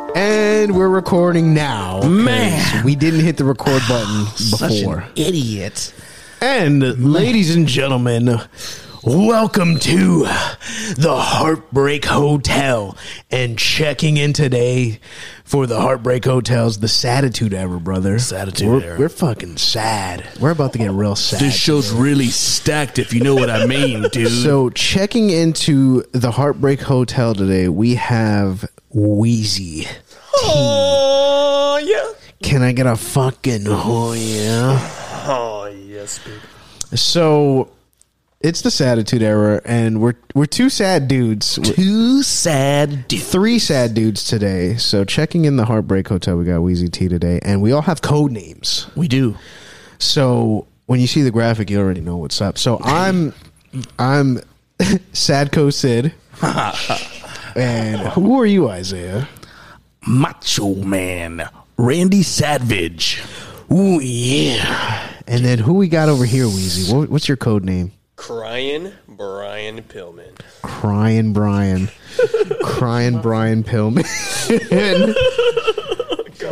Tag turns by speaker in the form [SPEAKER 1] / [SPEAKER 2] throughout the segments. [SPEAKER 1] reason we're recording now. 'cause
[SPEAKER 2] Man.
[SPEAKER 1] We didn't hit the record button before.
[SPEAKER 2] idiot.
[SPEAKER 1] And ladies and gentlemen, welcome to the Heartbreak Hotel. And checking in today for the Heartbreak Hotel's the Satitude Era, brother.
[SPEAKER 2] Satitude
[SPEAKER 1] we're,
[SPEAKER 2] Era.
[SPEAKER 1] We're fucking sad. We're about to get real sad.
[SPEAKER 2] This show's really stacked, if you know what I mean, dude.
[SPEAKER 1] so checking into the Heartbreak Hotel today, we have Wheezy.
[SPEAKER 3] Oh yeah.
[SPEAKER 1] Can I get a fucking oh yeah?
[SPEAKER 3] Oh yes, dude.
[SPEAKER 1] So it's the Satitude Era, and we're we're two sad dudes. We're
[SPEAKER 2] Too sad, dude.
[SPEAKER 1] three sad dudes today. So checking in the Heartbreak Hotel, we got Wheezy T today, and we all have code names.
[SPEAKER 2] We do.
[SPEAKER 1] So when you see the graphic, you already know what's up. So I'm I'm Sadco Sid. and who are you, Isaiah?
[SPEAKER 2] Macho Man, Randy Savage. Ooh, yeah.
[SPEAKER 1] And then who we got over here, Wheezy? What, what's your code name?
[SPEAKER 3] Crying Brian Pillman.
[SPEAKER 1] Crying Brian. Crying Brian Pillman.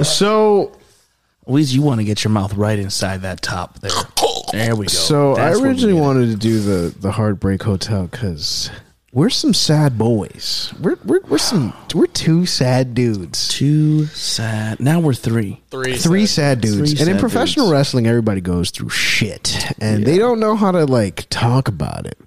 [SPEAKER 1] so
[SPEAKER 2] Wiz, you want to get your mouth right inside that top there. There we go.
[SPEAKER 1] So
[SPEAKER 2] That's
[SPEAKER 1] I
[SPEAKER 2] what we
[SPEAKER 1] originally
[SPEAKER 2] did.
[SPEAKER 1] wanted to do the the Heartbreak Hotel because we're some sad boys. We're we're we're some we're two sad dudes.
[SPEAKER 2] Too sad. Now we're three.
[SPEAKER 3] Three.
[SPEAKER 1] Three sad dudes,
[SPEAKER 2] Three
[SPEAKER 1] and in
[SPEAKER 2] sad
[SPEAKER 1] professional
[SPEAKER 2] dudes.
[SPEAKER 1] wrestling, everybody goes through shit, and they don't know how to like talk about it.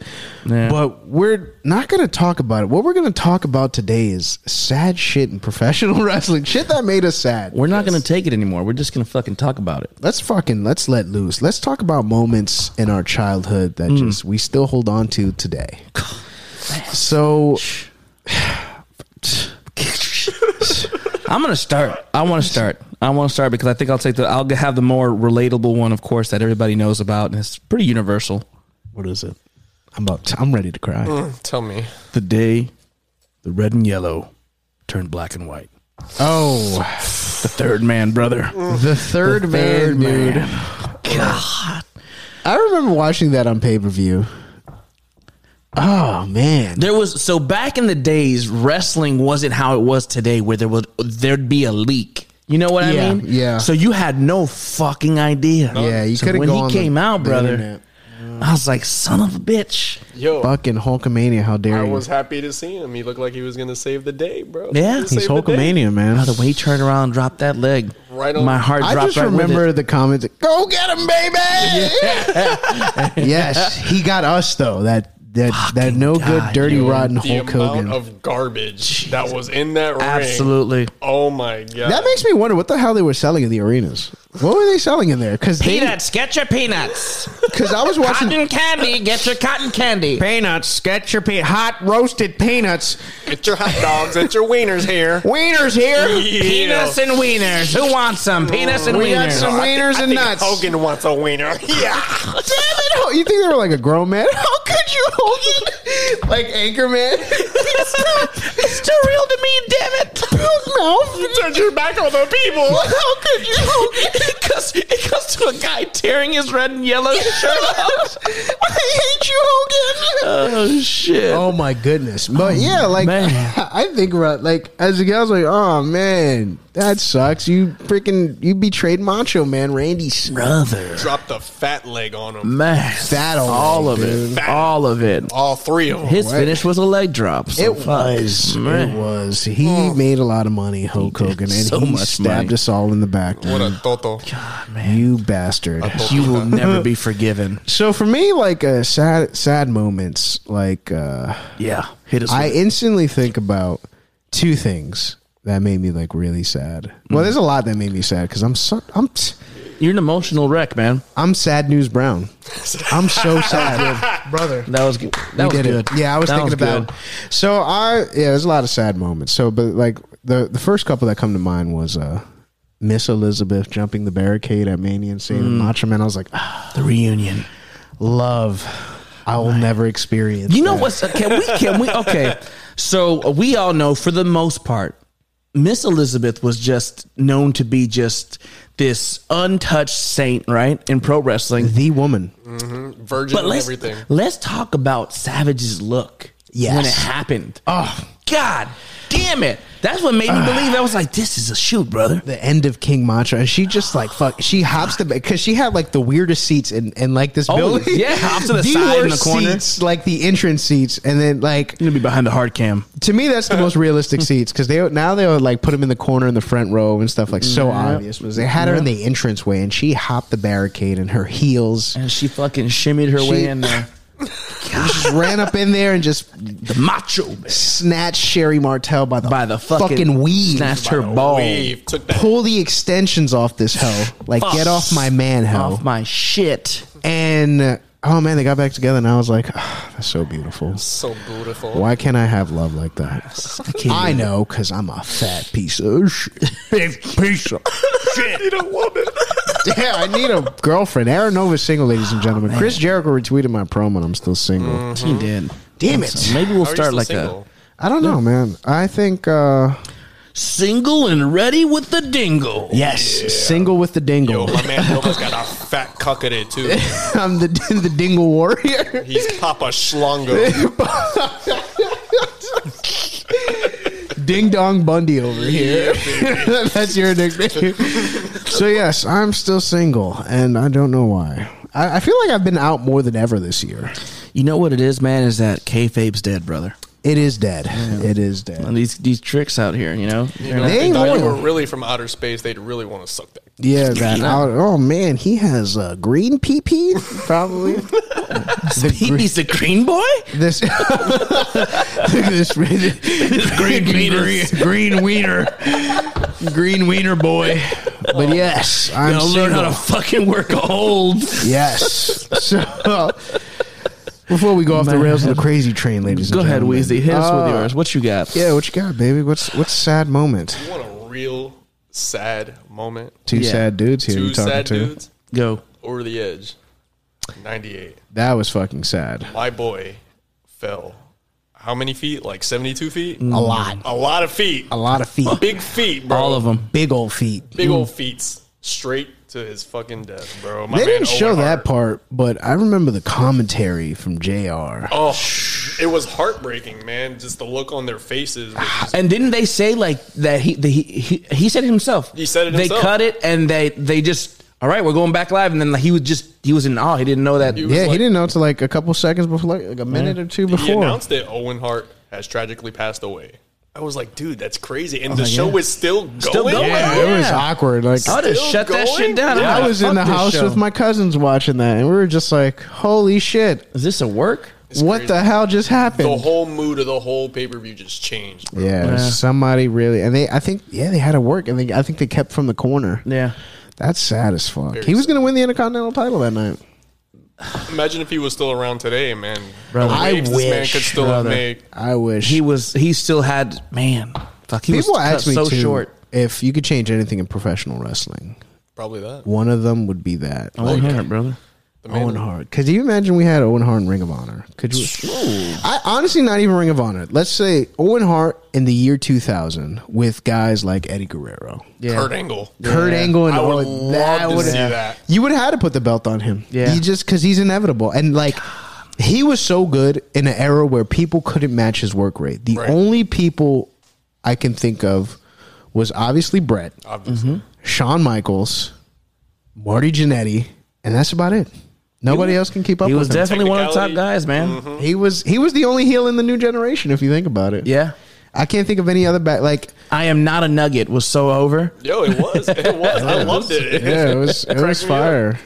[SPEAKER 2] Yeah.
[SPEAKER 1] But we're not going to talk about it. What we're going to talk about today is sad shit in professional wrestling, shit that made us sad.
[SPEAKER 2] We're not going to take it anymore. We're just going to fucking talk about it.
[SPEAKER 1] let's fucking let's let loose. Let's talk about moments in our childhood that just we still hold on to today. So
[SPEAKER 2] I'm gonna start. I want to start. I want to start because I think I'll take the. I'll have the more relatable one, of course, that everybody knows about, and it's pretty universal.
[SPEAKER 1] what is it? I'm about I'm ready to cry.
[SPEAKER 3] Tell me.
[SPEAKER 2] The day the red and yellow turned black and white.
[SPEAKER 1] Oh,
[SPEAKER 2] The third man, brother.
[SPEAKER 1] the third,
[SPEAKER 2] third
[SPEAKER 1] man, dude. I remember watching that on pay-per-view. Oh man.
[SPEAKER 2] There was so back in the days, wrestling wasn't how it was today, where there was there'd be a leak. You know what
[SPEAKER 1] Yeah,
[SPEAKER 2] I mean?
[SPEAKER 1] yeah.
[SPEAKER 2] So you had no fucking idea.
[SPEAKER 1] Yeah, you
[SPEAKER 2] So
[SPEAKER 1] couldn't
[SPEAKER 2] When
[SPEAKER 1] go
[SPEAKER 2] he
[SPEAKER 1] on the-
[SPEAKER 2] came out,
[SPEAKER 1] the
[SPEAKER 2] brother,
[SPEAKER 1] internet.
[SPEAKER 2] I was like, son of a bitch.
[SPEAKER 3] Yo,
[SPEAKER 1] Fucking Hulkamania, how dare
[SPEAKER 3] I
[SPEAKER 1] you.
[SPEAKER 3] was happy to see him. He looked like he was gonna save the day, bro.
[SPEAKER 2] Yeah.
[SPEAKER 3] He
[SPEAKER 2] He's
[SPEAKER 1] He's
[SPEAKER 3] saved the day.
[SPEAKER 1] Hulkamania, man.
[SPEAKER 2] The way he turned around and dropped that leg,
[SPEAKER 3] Right on-
[SPEAKER 2] my heart
[SPEAKER 1] I
[SPEAKER 2] dropped
[SPEAKER 1] just
[SPEAKER 2] right with it.
[SPEAKER 1] remember the comments. Go get him, baby! yes, he got us though. That that that
[SPEAKER 2] Fucking
[SPEAKER 1] no
[SPEAKER 2] God,
[SPEAKER 1] good, dirty,
[SPEAKER 2] dude.
[SPEAKER 1] rotten
[SPEAKER 3] The
[SPEAKER 1] Hulk Hogan.
[SPEAKER 3] amount of garbage that was in that ring.
[SPEAKER 2] Absolutely.
[SPEAKER 3] Oh my god.
[SPEAKER 1] that makes me wonder what the hell they were selling in the arenas. What were they selling in there? Because
[SPEAKER 2] get your peanuts.
[SPEAKER 1] Because I was watching
[SPEAKER 2] candy, get your cotton candy.
[SPEAKER 1] peanuts. Get your pe- hot roasted peanuts.
[SPEAKER 3] Get your hot dogs. Get your wieners here.
[SPEAKER 1] Wieners here.
[SPEAKER 3] Yeah.
[SPEAKER 2] and wieners. Who wants some? Peanuts and
[SPEAKER 1] We got some wieners and nuts.
[SPEAKER 3] Hogan wants a wiener. yeah.
[SPEAKER 1] Damn it! Ho- You think they were like a grown man? How could you, Hogan? Like Anchorman? it's, too real to me. Damn it!
[SPEAKER 3] You turned your back on the people.
[SPEAKER 2] How could you? it, comes, it comes to a guy tearing his red and yellow shirt off.
[SPEAKER 1] I hate you, Hogan.
[SPEAKER 2] Oh, shit.
[SPEAKER 1] Oh my goodness! But yeah, like
[SPEAKER 2] man.
[SPEAKER 1] I think about like as a guy, I was like, oh man, that sucks. You freaking you betrayed Macho Man Randy.
[SPEAKER 2] Brother.
[SPEAKER 3] Dropped a fat leg on
[SPEAKER 1] Mm.
[SPEAKER 3] him.
[SPEAKER 2] Man.
[SPEAKER 1] That old
[SPEAKER 2] All of
[SPEAKER 1] dude.
[SPEAKER 2] it. All of it.
[SPEAKER 3] All three of them.
[SPEAKER 2] His finish was a leg drop. so
[SPEAKER 1] It
[SPEAKER 2] fuck.
[SPEAKER 1] was. It
[SPEAKER 2] Man. Oh.
[SPEAKER 1] was. He made a lot of money, Hulk Hogan, and
[SPEAKER 2] so
[SPEAKER 1] he
[SPEAKER 2] much
[SPEAKER 1] stabbed
[SPEAKER 2] money.
[SPEAKER 1] us all in the back.
[SPEAKER 3] What a toto.
[SPEAKER 1] You bastard.
[SPEAKER 2] You will never be forgiven.
[SPEAKER 1] So for me, like uh, sad, sad moments, like uh,
[SPEAKER 2] Yeah. Hit us.
[SPEAKER 1] I instantly think about two things that made me like really sad.
[SPEAKER 2] Mm.
[SPEAKER 1] Well, there's a lot that made me sad because I'm so I'm
[SPEAKER 2] You're an emotional wreck, man.
[SPEAKER 1] I'm sad news brown. I'm so sad, brother.
[SPEAKER 2] That was good. That
[SPEAKER 1] We did
[SPEAKER 2] was good.
[SPEAKER 1] it. Yeah, I was
[SPEAKER 2] That
[SPEAKER 1] thinking about.
[SPEAKER 2] good.
[SPEAKER 1] So I yeah, there's a lot of sad moments. So, but like the the first couple that come to mind was uh, Miss Elizabeth jumping the barricade at Mania and seeing
[SPEAKER 2] Mm.
[SPEAKER 1] Macho Man. I was like, ah,
[SPEAKER 2] the reunion.
[SPEAKER 1] love. I will never experience.
[SPEAKER 2] You know
[SPEAKER 1] that.
[SPEAKER 2] what's can we can we okay? So we all know for the most part, Miss Elizabeth was just known to be just this untouched saint, right? In pro wrestling,
[SPEAKER 1] the woman.
[SPEAKER 3] Virgin
[SPEAKER 2] but
[SPEAKER 3] and
[SPEAKER 2] let's
[SPEAKER 3] everything.
[SPEAKER 2] let's talk about Savage's look
[SPEAKER 1] Yes.
[SPEAKER 2] when it happened.
[SPEAKER 1] Oh,
[SPEAKER 2] God damn it. That's what
[SPEAKER 1] Ah.
[SPEAKER 2] made me believe. I was like, this is a shoot, brother.
[SPEAKER 1] the end of King Mantra, and she just like fuck. She hops the because she had like the weirdest seats in, in like this building.
[SPEAKER 2] Oh, yeah, hops to the side in the
[SPEAKER 1] worst
[SPEAKER 2] corner.
[SPEAKER 1] seats, like the entrance seats, and then like
[SPEAKER 2] You're gonna be behind the hard cam.
[SPEAKER 1] to me that's the most realistic seats because they now they would like put them in the corner in the front row and stuff like so obvious. Was they had her in the entrance way, and she hopped the barricade in her heels,
[SPEAKER 2] And she fucking shimmied her way
[SPEAKER 1] She-
[SPEAKER 2] in there.
[SPEAKER 1] just ran up in there and just
[SPEAKER 2] The macho man.
[SPEAKER 1] snatched Sherry Martel by the
[SPEAKER 2] by the fucking,
[SPEAKER 1] fucking weave.
[SPEAKER 2] Snatched her ball
[SPEAKER 3] Weave took that.
[SPEAKER 1] Pull the extensions off this hoe. Like,
[SPEAKER 2] Fuck.
[SPEAKER 1] get off my man hoe.
[SPEAKER 2] off my shit.
[SPEAKER 1] And uh, oh man, they got back together, and I was like, "Ah, that's so beautiful.
[SPEAKER 3] So beautiful.
[SPEAKER 1] Why can't I have love like that? I know because I'm a fat piece of shit. Big piece of
[SPEAKER 3] Shit. You don't want it.
[SPEAKER 1] yeah. I need a girlfriend. Aaron Nova's single, ladies and gentlemen. Chris Jericho retweeted my promo, and I'm still single.
[SPEAKER 2] He did.
[SPEAKER 1] Damn it.
[SPEAKER 2] So maybe we'll
[SPEAKER 3] Are you
[SPEAKER 2] start
[SPEAKER 3] still
[SPEAKER 2] like
[SPEAKER 3] single?
[SPEAKER 1] I don't know, man. I think uh,
[SPEAKER 2] a single and ready with the dingle.
[SPEAKER 1] yes, single with the
[SPEAKER 3] Yo,
[SPEAKER 1] dingle.
[SPEAKER 3] Oh, my man Nova's got a fat cuck in it too.
[SPEAKER 1] I'm the the dingle warrior.
[SPEAKER 3] He's Papa Schlongo.
[SPEAKER 1] Ding Dong Bundy over here. That's your nickname. so yes, I'm still single, and I don't know why. I, I feel like I've been out more than ever this year.
[SPEAKER 2] You know what it is, man? Is that kayfabe's dead, brother?
[SPEAKER 1] It is dead. It is dead.
[SPEAKER 2] And these these tricks out here, you know. They're not-
[SPEAKER 1] They
[SPEAKER 3] They
[SPEAKER 1] ain't
[SPEAKER 3] thought you were
[SPEAKER 1] loyal.
[SPEAKER 3] really from outer space. They'd really want to suck that.
[SPEAKER 1] Yeah, that. out- oh man, he has a green PP. Probably
[SPEAKER 2] He-
[SPEAKER 1] the,
[SPEAKER 2] He's the green boy.
[SPEAKER 1] gre- this. look at this green green, green wiener, green wiener boy. But yes, I'm
[SPEAKER 2] Gonna learn how
[SPEAKER 1] single.
[SPEAKER 2] to fucking work a hold.
[SPEAKER 1] Yes. so before we go off the rails of the crazy train, ladies.
[SPEAKER 2] Go
[SPEAKER 1] and
[SPEAKER 2] ahead,
[SPEAKER 1] gentlemen.
[SPEAKER 2] Weezy. Hit us
[SPEAKER 1] Uh,
[SPEAKER 2] with yours. What you got?
[SPEAKER 1] Yeah, what you got, baby? What's what's sad moment?
[SPEAKER 3] You want a real sad moment?
[SPEAKER 1] Two
[SPEAKER 2] Yeah.
[SPEAKER 1] sad dudes here.
[SPEAKER 3] Two
[SPEAKER 1] you talking
[SPEAKER 3] sad
[SPEAKER 1] to?
[SPEAKER 3] dudes
[SPEAKER 2] Go.
[SPEAKER 3] over the edge. 98.
[SPEAKER 1] That was fucking sad.
[SPEAKER 3] My boy fell. How many feet? Like 72 feet?
[SPEAKER 1] A lot.
[SPEAKER 3] A lot of feet.
[SPEAKER 1] Mm. A lot of feet.
[SPEAKER 3] Big feet, bro.
[SPEAKER 2] All of them.
[SPEAKER 1] Big old feet.
[SPEAKER 3] Big old feet. Straight to his fucking death, bro. My
[SPEAKER 1] They
[SPEAKER 3] man
[SPEAKER 1] didn't show
[SPEAKER 3] Owen
[SPEAKER 1] that
[SPEAKER 3] Hart.
[SPEAKER 1] part, but I remember the commentary from Jr.
[SPEAKER 3] Oh, it was heartbreaking, man. Just the look on their faces. was just-
[SPEAKER 2] And didn't they say like that? He the, he, he he said it himself.
[SPEAKER 3] He said it
[SPEAKER 2] They
[SPEAKER 3] himself.
[SPEAKER 2] cut it and they they just all right. We're going back live. And then like, he was just he was in awe. He didn't know that.
[SPEAKER 3] He was
[SPEAKER 1] Yeah, he
[SPEAKER 3] like-
[SPEAKER 1] didn't know until like a couple seconds before, like a minute or two
[SPEAKER 3] He
[SPEAKER 1] before.
[SPEAKER 3] announced that Owen Hart has tragically passed away. I was like, dude, that's crazy.
[SPEAKER 1] Oh
[SPEAKER 3] And the show is still going.
[SPEAKER 2] Still going.
[SPEAKER 1] Yeah,
[SPEAKER 2] Yeah.
[SPEAKER 1] it was awkward. Like
[SPEAKER 2] I would have
[SPEAKER 3] Still
[SPEAKER 2] shut that
[SPEAKER 3] going?
[SPEAKER 2] shit down. I'm
[SPEAKER 3] Yeah.
[SPEAKER 2] like,
[SPEAKER 3] I
[SPEAKER 1] I was in
[SPEAKER 2] "Fuck
[SPEAKER 1] the
[SPEAKER 2] this
[SPEAKER 1] house
[SPEAKER 2] show."
[SPEAKER 1] with my cousins watching that, and we were just like, "Holy shit!
[SPEAKER 2] Is this a work?
[SPEAKER 1] what
[SPEAKER 3] crazy.
[SPEAKER 1] the hell just happened?"
[SPEAKER 3] The whole mood of the whole pay per view just changed. bro.
[SPEAKER 1] Yeah, somebody really, and they, I think, yeah, they had to work, and they, I think they kept from the corner.
[SPEAKER 2] Yeah.
[SPEAKER 1] That's sad as fuck. he was going to win the Intercontinental title that night.
[SPEAKER 3] Imagine if he was still around today, man.
[SPEAKER 2] Brother.
[SPEAKER 3] The
[SPEAKER 1] I
[SPEAKER 3] waves this man
[SPEAKER 1] wish,
[SPEAKER 3] could still have
[SPEAKER 2] brother.
[SPEAKER 3] made.
[SPEAKER 1] I wish
[SPEAKER 2] He was. He still had. Man, fuck. He
[SPEAKER 1] people
[SPEAKER 2] was cut
[SPEAKER 1] ask me
[SPEAKER 2] so
[SPEAKER 1] too,
[SPEAKER 2] short.
[SPEAKER 1] if you could change anything in professional wrestling.
[SPEAKER 3] Probably that.
[SPEAKER 1] One of them would be that
[SPEAKER 2] Owen Hart, brother.
[SPEAKER 3] The man
[SPEAKER 1] Owen Hart. Could you imagine we had Owen Hart and Ring of Honor? Could you? I honestly not even Ring of Honor. Let's say Owen Hart in the year two thousand with guys like Eddie Guerrero.
[SPEAKER 2] Yeah.
[SPEAKER 3] Kurt Angle.
[SPEAKER 1] Kurt Angle and
[SPEAKER 3] I would
[SPEAKER 1] Owen-
[SPEAKER 3] love to
[SPEAKER 1] would've-
[SPEAKER 3] see that.
[SPEAKER 1] You would have had to put the belt on him.
[SPEAKER 2] Yeah.
[SPEAKER 1] He just because he's inevitable and like. He was so good in an era where people couldn't match his work rate. The
[SPEAKER 3] Right.
[SPEAKER 1] only people I can think of was obviously Brett,
[SPEAKER 3] Obviously.
[SPEAKER 1] Mm-hmm. Shawn Michaels, Marty Jannetty, and that's about it. Nobody else can keep up
[SPEAKER 2] He was
[SPEAKER 1] with him.
[SPEAKER 2] definitely one of the top
[SPEAKER 3] Technicality. Mm-hmm.
[SPEAKER 2] guys, man.
[SPEAKER 1] he was he was the only heel in the new generation if you think about it.
[SPEAKER 2] Yeah.
[SPEAKER 1] I can't think of any other back like
[SPEAKER 2] I am not a nugget was so over.
[SPEAKER 3] Yo, it was. It was. I loved it.
[SPEAKER 1] yeah, it was it was
[SPEAKER 3] me up.
[SPEAKER 1] fire.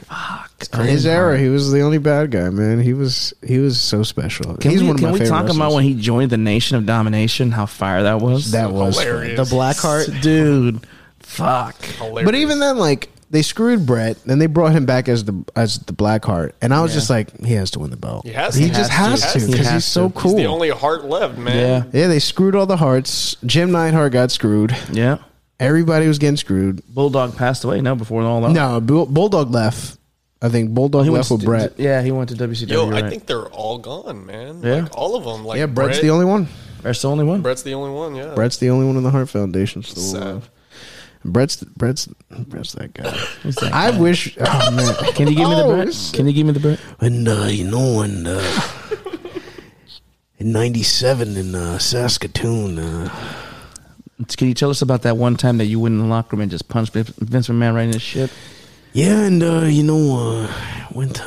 [SPEAKER 1] His era, he was the only bad guy, man. He was he was so special.
[SPEAKER 2] Can
[SPEAKER 1] He's
[SPEAKER 2] we,
[SPEAKER 1] one of
[SPEAKER 2] can
[SPEAKER 1] my
[SPEAKER 2] we
[SPEAKER 1] favorite
[SPEAKER 2] talk about
[SPEAKER 1] wrestlers.
[SPEAKER 2] when he joined the Nation of Domination? How fire that was.
[SPEAKER 1] that was
[SPEAKER 3] Hilarious.
[SPEAKER 1] the black heart.
[SPEAKER 2] dude. Fuck.
[SPEAKER 3] Hilarious.
[SPEAKER 1] But even then, like they screwed Brett, then they brought him back as the as the black heart, and I was just like, he has to win the belt.
[SPEAKER 3] He has
[SPEAKER 1] He,
[SPEAKER 3] to.
[SPEAKER 1] just
[SPEAKER 3] He has
[SPEAKER 1] has,
[SPEAKER 3] to.
[SPEAKER 1] to
[SPEAKER 3] He
[SPEAKER 1] because
[SPEAKER 2] has
[SPEAKER 1] he's so
[SPEAKER 2] to.
[SPEAKER 1] cool.
[SPEAKER 3] He's the only heart left,
[SPEAKER 2] Yeah.
[SPEAKER 3] man.
[SPEAKER 1] yeah, they screwed all the hearts. Jim Neidhart got screwed.
[SPEAKER 2] Yeah.
[SPEAKER 1] Everybody was getting screwed.
[SPEAKER 2] Bulldog passed away. No, before all that.
[SPEAKER 1] No, Bull- Bulldog left. I think Bulldog
[SPEAKER 2] went
[SPEAKER 1] left with
[SPEAKER 2] to-
[SPEAKER 1] Brett.
[SPEAKER 2] Yeah, he went to WCW.
[SPEAKER 3] Yo,
[SPEAKER 2] right?
[SPEAKER 3] I think they're all gone, man.
[SPEAKER 2] Yeah.
[SPEAKER 3] Like all of them. Like
[SPEAKER 1] Yeah, Brett's
[SPEAKER 3] Brett-
[SPEAKER 1] the only one.
[SPEAKER 2] that's the only one.
[SPEAKER 3] Brett's the only one. Yeah.
[SPEAKER 1] Brett's the only one in the Heart Foundation still
[SPEAKER 3] Sad.
[SPEAKER 1] alive. Brett's Brett's Brett's that guy.
[SPEAKER 2] that
[SPEAKER 1] I wish. Oh man!
[SPEAKER 2] Can you give me
[SPEAKER 1] Oh,
[SPEAKER 2] the Brett? Can you give me the Brett?
[SPEAKER 1] And uh, you know, and uh, in '97 in uh, Saskatoon. Uh,
[SPEAKER 2] Can you tell us about that one time that you went in the locker room and just punched Vin- Vince McMahon right in his shit?
[SPEAKER 1] yeah, and uh, you know, uh, went to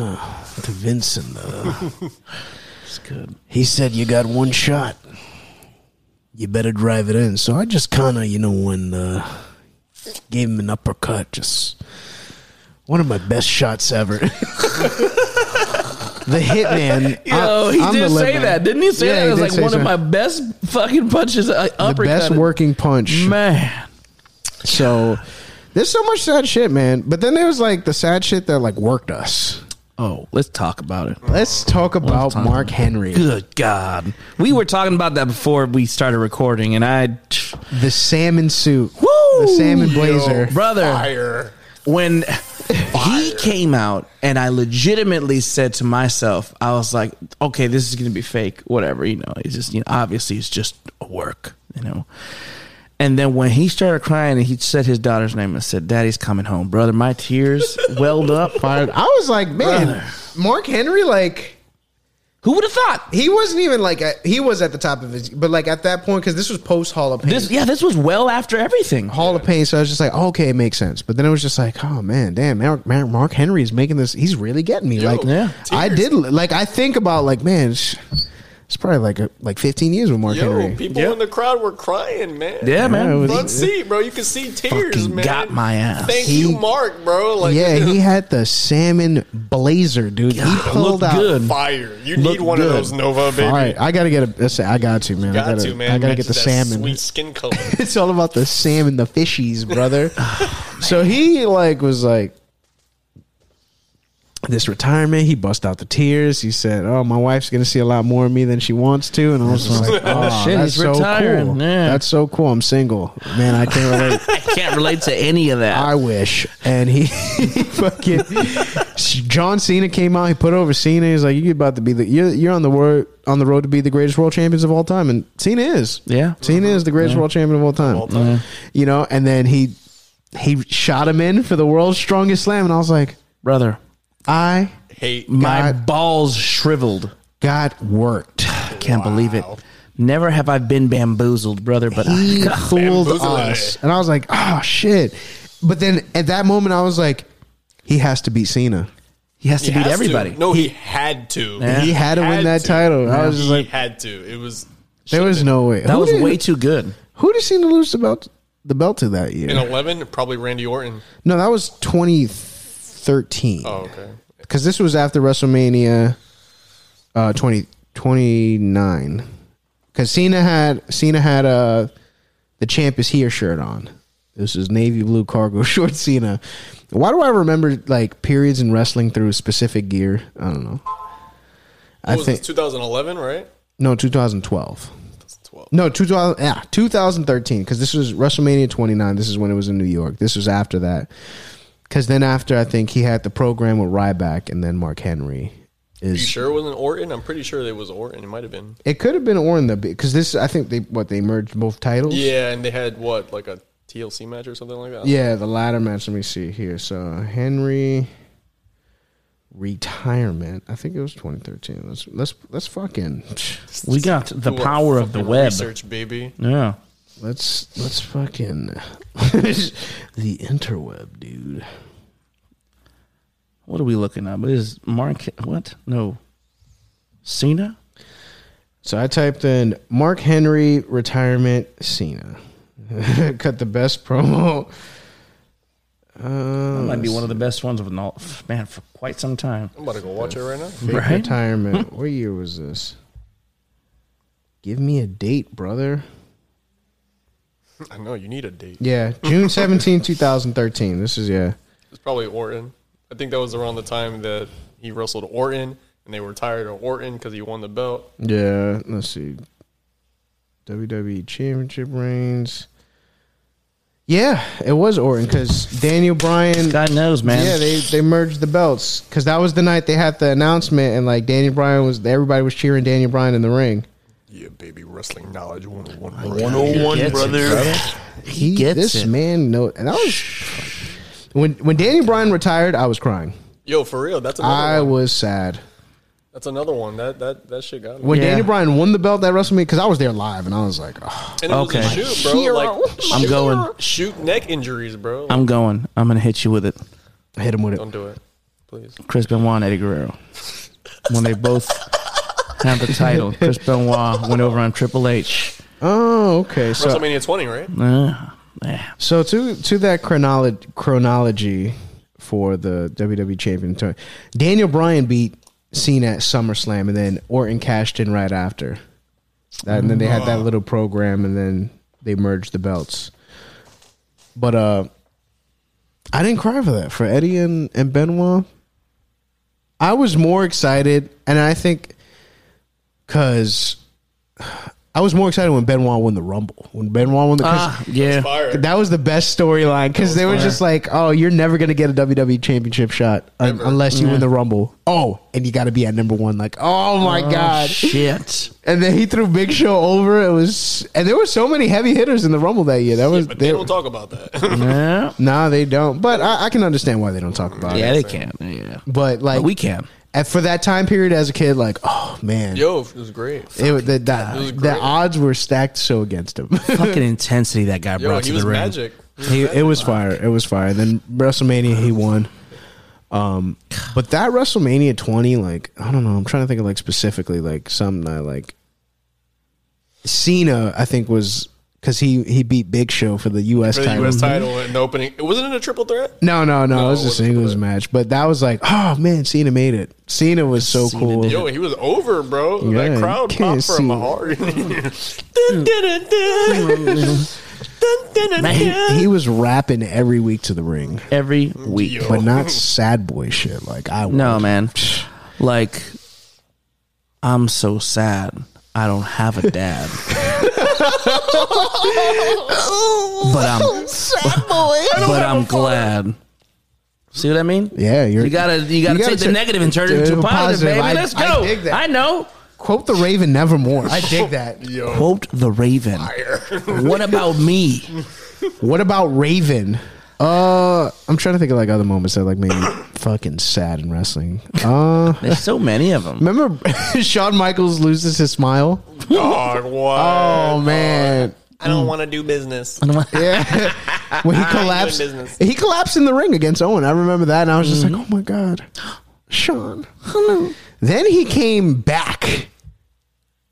[SPEAKER 1] to Vincent. Uh,
[SPEAKER 2] It's good.
[SPEAKER 1] he said, "You got one shot. You better drive it in." So I just kind of, you know, when uh, gave him an uppercut, just one of my best shots ever. the hitman.
[SPEAKER 2] Oh, he
[SPEAKER 1] I'm the
[SPEAKER 2] did say
[SPEAKER 1] hitman.
[SPEAKER 2] that, didn't he? Say
[SPEAKER 1] Yeah,
[SPEAKER 2] that it was
[SPEAKER 1] did
[SPEAKER 2] like
[SPEAKER 1] say
[SPEAKER 2] one
[SPEAKER 1] so.
[SPEAKER 2] of my best fucking punches. Uh,
[SPEAKER 1] the best
[SPEAKER 2] uppercut.
[SPEAKER 1] working punch.
[SPEAKER 2] man.
[SPEAKER 1] So there's so much sad shit, man. But then there was like the sad shit that like worked us.
[SPEAKER 2] Oh, let's talk about it.
[SPEAKER 1] Let's talk about
[SPEAKER 2] talk
[SPEAKER 1] Mark Henry,
[SPEAKER 2] Oh, Good God, we were talking about that before we started recording, and I,
[SPEAKER 1] the salmon suit,
[SPEAKER 2] Woo!
[SPEAKER 1] the salmon blazer.
[SPEAKER 2] brother.
[SPEAKER 3] Fire.
[SPEAKER 2] when he came out and I legitimately said to myself, I was like, okay, this is going to be fake, whatever, you know, it's just, you know, obviously it's just a work, you know. And then when he started crying and he said his daughter's name and said, daddy's coming home, brother, my tears welled up.
[SPEAKER 1] I was like, man,
[SPEAKER 2] Brother.
[SPEAKER 1] Mark Henry, like
[SPEAKER 2] Who would have thought?
[SPEAKER 1] he wasn't even like a, he was at the top of his, but like at that point because this was post Hall of Pain.
[SPEAKER 2] This, yeah, this was well after everything.
[SPEAKER 1] Hall of Pain, so I was just like, okay, it makes sense. But then it was just like, oh man, damn, Mark, Mark Mark Henry is making this. He's really getting me. like,
[SPEAKER 2] yeah.
[SPEAKER 1] I did. Like, I think about like, man, sh- it's probably like a, like 15 years with Mark
[SPEAKER 3] Yo,
[SPEAKER 1] Henry.
[SPEAKER 3] people in the crowd were crying, man.
[SPEAKER 2] Yeah, man.
[SPEAKER 1] it was-
[SPEAKER 3] Front seat, bro. You could see tears,
[SPEAKER 2] Fucking
[SPEAKER 3] man.
[SPEAKER 2] got my ass.
[SPEAKER 3] Thank
[SPEAKER 1] He-
[SPEAKER 3] you, Mark, bro. Like,
[SPEAKER 1] yeah, he had the salmon blazer, dude. he
[SPEAKER 2] God,
[SPEAKER 1] pulled
[SPEAKER 2] looked
[SPEAKER 1] out.
[SPEAKER 2] good.
[SPEAKER 3] fire. You
[SPEAKER 2] Look
[SPEAKER 3] need one
[SPEAKER 2] good.
[SPEAKER 3] of those Nova, baby.
[SPEAKER 1] All right, I gotta get a. that's- I got to man.
[SPEAKER 3] Got
[SPEAKER 1] I gotta,
[SPEAKER 3] to, man.
[SPEAKER 1] I gotta get
[SPEAKER 3] Matches
[SPEAKER 1] the
[SPEAKER 3] that
[SPEAKER 1] salmon.
[SPEAKER 3] Sweet skin color.
[SPEAKER 1] it's all about the salmon, the fishies, brother. so he like was like this retirement. He bust out the tears. He said, "Oh, my wife's gonna see a lot more of me than she wants to," and I was like, "Oh
[SPEAKER 2] Shit,
[SPEAKER 1] shit, that's
[SPEAKER 2] he's
[SPEAKER 1] so
[SPEAKER 2] retiring.
[SPEAKER 1] cool.
[SPEAKER 2] Yeah.
[SPEAKER 1] That's so cool. I'm single, man. I can't relate.
[SPEAKER 2] I can't relate to any of that.
[SPEAKER 1] I wish." And he fucking John Cena came out. He put over Cena. He's like, "You're about to be the you're, you're on the road on the road to be the greatest world champions of all time." And Cena is.
[SPEAKER 2] yeah.
[SPEAKER 1] Cena is the greatest world champion of all time. You know, and then he he shot him in for the world's strongest slam, and I was like,
[SPEAKER 2] Brother,
[SPEAKER 1] I
[SPEAKER 3] Hate.
[SPEAKER 2] my
[SPEAKER 1] God.
[SPEAKER 2] balls shriveled.
[SPEAKER 1] got worked.
[SPEAKER 2] Can't believe it. Never have I been bamboozled, brother, but I,
[SPEAKER 1] He fooled
[SPEAKER 3] Bamboozled.
[SPEAKER 1] us, and I was like, oh shit. But then at that moment, I was like, he has to beat Cena.
[SPEAKER 2] he has to
[SPEAKER 3] He
[SPEAKER 2] beat
[SPEAKER 3] has to.
[SPEAKER 2] everybody.
[SPEAKER 3] No, he, had to.
[SPEAKER 2] Yeah.
[SPEAKER 1] He had to win that title. I was just
[SPEAKER 3] he
[SPEAKER 1] like,
[SPEAKER 3] had to. It was
[SPEAKER 1] there was no way.
[SPEAKER 2] That
[SPEAKER 1] who
[SPEAKER 2] was
[SPEAKER 1] did,
[SPEAKER 2] way too good.
[SPEAKER 1] Who did Cena lose the belt the belt to that year?
[SPEAKER 3] in eleven. Probably Randy Orton.
[SPEAKER 1] no, that was twenty thirteen.
[SPEAKER 3] Oh, okay.
[SPEAKER 1] because this was after WrestleMania uh, 20, 29. Because Cena had Cena had uh, the champ is here shirt on. This is navy blue cargo short Cena. Why do I remember like periods in wrestling through specific gear? I don't know. I
[SPEAKER 3] What was
[SPEAKER 1] think
[SPEAKER 3] this? 2011, right?
[SPEAKER 1] no 2012.
[SPEAKER 3] 2012.
[SPEAKER 1] No, 2000, yeah, 2013, because this was WrestleMania 29. This is when it was in New York. This was after that. Because then after, I think he had the program with Ryback and then Mark Henry.
[SPEAKER 3] You
[SPEAKER 1] is
[SPEAKER 3] sure it wasn't Orton? I'm pretty sure it was Orton. It might have been.
[SPEAKER 1] It could have been Orton, though, because this, I think they, what, they merged both titles?
[SPEAKER 3] Yeah, and they had what like a TLC match or something like that.
[SPEAKER 1] Yeah, the latter match. Let me see here. So Henry retirement. I think it was 2013. Let's, let's, let's fucking,
[SPEAKER 2] We got the
[SPEAKER 3] Do our
[SPEAKER 2] power of the
[SPEAKER 3] fucking
[SPEAKER 2] web.
[SPEAKER 3] Research, baby.
[SPEAKER 2] Yeah.
[SPEAKER 1] let's, let's fucking, the interweb, dude.
[SPEAKER 2] What are we looking up? Is Mark what? No. Cena?
[SPEAKER 1] So I typed in Mark Henry retirement Cena. Cut the best promo.
[SPEAKER 2] That might be one of the best ones of an all, f- man for quite some time.
[SPEAKER 3] I'm about to go watch it right now.
[SPEAKER 1] Fake
[SPEAKER 2] Right?
[SPEAKER 1] retirement. what year was this? Give me a date, brother.
[SPEAKER 3] I know you need a date.
[SPEAKER 1] Yeah, June 17, 2013. This is yeah.
[SPEAKER 3] It's probably Orton. I think that was around the time that he wrestled Orton, and they were tired of Orton because he won the belt.
[SPEAKER 1] Yeah, let's see. WWE Championship reigns. Yeah, it was Orton cuz Daniel Bryan
[SPEAKER 2] God knows, man.
[SPEAKER 1] Yeah, they, they merged the belts because that was the night they had the announcement and like Daniel Bryan was everybody was cheering Daniel Bryan in the ring.
[SPEAKER 3] Yeah, baby, wrestling knowledge 101.
[SPEAKER 2] Gets it,
[SPEAKER 3] 101,
[SPEAKER 1] He
[SPEAKER 2] gets
[SPEAKER 1] this
[SPEAKER 2] it.
[SPEAKER 1] man no and that was when when Daniel Bryan retired, I was crying.
[SPEAKER 3] Yo, for real, that's another
[SPEAKER 1] I
[SPEAKER 3] one.
[SPEAKER 1] was sad.
[SPEAKER 3] That's another one. That that that shit got me.
[SPEAKER 1] When
[SPEAKER 2] Yeah.
[SPEAKER 1] Daniel Bryan won the belt at WrestleMania, because I was there live, and I was like, oh.
[SPEAKER 3] And it was a
[SPEAKER 2] Okay.
[SPEAKER 3] shoot, bro. Like,
[SPEAKER 2] I'm
[SPEAKER 3] shoot-
[SPEAKER 2] going.
[SPEAKER 3] Shoot neck injuries, bro.
[SPEAKER 2] I'm going. I'm gonna hit you with it.
[SPEAKER 1] I hit him with it.
[SPEAKER 3] Don't do it, please.
[SPEAKER 2] Chris Benoit and Eddie Guerrero. When they both have the title, Chris Benoit went over on Triple H.
[SPEAKER 1] Oh, okay. So,
[SPEAKER 3] WrestleMania 20, right?
[SPEAKER 2] Uh, yeah.
[SPEAKER 1] so to to that chronology chronology for the WWE Champion tour, Daniel Bryan beat Cena at SummerSlam, and then Orton cashed in right after. That, and then they had that little program, and then they merged the belts. But uh, I didn't cry for that for Eddie and and Benoit. I was more excited, and I think because. I was more excited when Benoit won the Rumble. When Benoit won the, 'cause
[SPEAKER 2] Ah, yeah.
[SPEAKER 3] Fire.
[SPEAKER 1] that was the best storyline because they were just like, "Oh, you're never gonna get a WWE Championship shot un- unless you win the Rumble." Oh, and you got to be at number one. Like, oh my god!
[SPEAKER 2] Shit.
[SPEAKER 1] And then he threw Big Show over. It was, and there were so many heavy hitters in the Rumble that year. That was
[SPEAKER 3] but
[SPEAKER 1] they,
[SPEAKER 3] they don't talk about that.
[SPEAKER 2] Yeah.
[SPEAKER 1] nah, they don't. But I, I can understand why they don't talk about
[SPEAKER 2] Yeah,
[SPEAKER 1] it.
[SPEAKER 2] they can. Yeah.
[SPEAKER 1] But like
[SPEAKER 2] But we can.
[SPEAKER 1] at- for that time period as a kid, like, oh man,
[SPEAKER 3] Yo, it was great.
[SPEAKER 1] it, was- the, that,
[SPEAKER 3] was
[SPEAKER 1] the
[SPEAKER 3] great.
[SPEAKER 1] odds were stacked so against him.
[SPEAKER 2] Fucking intensity that guy
[SPEAKER 3] Yo,
[SPEAKER 2] brought
[SPEAKER 3] he
[SPEAKER 2] to
[SPEAKER 3] was
[SPEAKER 2] the ring.
[SPEAKER 3] magic.
[SPEAKER 1] he, it was fire. It was fire. Then WrestleMania, he won. Um, but that WrestleMania 20, like I don't know, I'm trying to think of like specifically like something I like. Cena, I think was because he he beat Big Show for the U.S.
[SPEAKER 3] For the
[SPEAKER 1] title.
[SPEAKER 3] U.S. title and opening. It wasn't it a triple threat.
[SPEAKER 1] No, no, no,
[SPEAKER 3] No,
[SPEAKER 1] it was
[SPEAKER 3] it
[SPEAKER 1] a
[SPEAKER 3] wasn't
[SPEAKER 1] singles
[SPEAKER 3] that.
[SPEAKER 1] match. But that was like, oh man, Cena made it. Cena was so
[SPEAKER 2] Cena
[SPEAKER 1] cool.
[SPEAKER 2] did
[SPEAKER 3] Yo, he was over, bro.
[SPEAKER 1] Yeah,
[SPEAKER 3] that crowd
[SPEAKER 1] you can't
[SPEAKER 3] popped for him
[SPEAKER 1] see.
[SPEAKER 3] hard. Dun, dun, dun, dun. Dun, dun, dun,
[SPEAKER 1] He,
[SPEAKER 3] dun.
[SPEAKER 1] he was rapping every week to the ring,
[SPEAKER 2] Every week.
[SPEAKER 3] Yo.
[SPEAKER 1] but not sad boy shit. Like I would.
[SPEAKER 2] No, man. Like, I'm so sad. I don't have a dad. but I'm But I'm glad. See what I mean?
[SPEAKER 1] Yeah, you're,
[SPEAKER 2] You gotta you gotta, take the
[SPEAKER 1] tur-
[SPEAKER 2] negative and turn it
[SPEAKER 1] do
[SPEAKER 2] into a positive, baby.
[SPEAKER 1] I-
[SPEAKER 2] Let's go.
[SPEAKER 1] I
[SPEAKER 2] I,
[SPEAKER 1] dig that.
[SPEAKER 2] know.
[SPEAKER 1] Quote the Raven nevermore. I dig that.
[SPEAKER 3] Yo,
[SPEAKER 2] Quote the Raven. what about me?
[SPEAKER 1] What about Raven? Uh, I'm trying to think of like other moments that like made me fucking sad in wrestling. Uh,
[SPEAKER 2] There's so many of them.
[SPEAKER 1] remember Shawn Michaels loses his smile?
[SPEAKER 3] dog, what?
[SPEAKER 1] Oh man,
[SPEAKER 3] I don't want to do business.
[SPEAKER 1] yeah. when he collapsed,
[SPEAKER 3] business.
[SPEAKER 1] he collapsed in the ring against Owen. I remember that, and I was just like, oh my god, Shawn. Hello. Then he came back.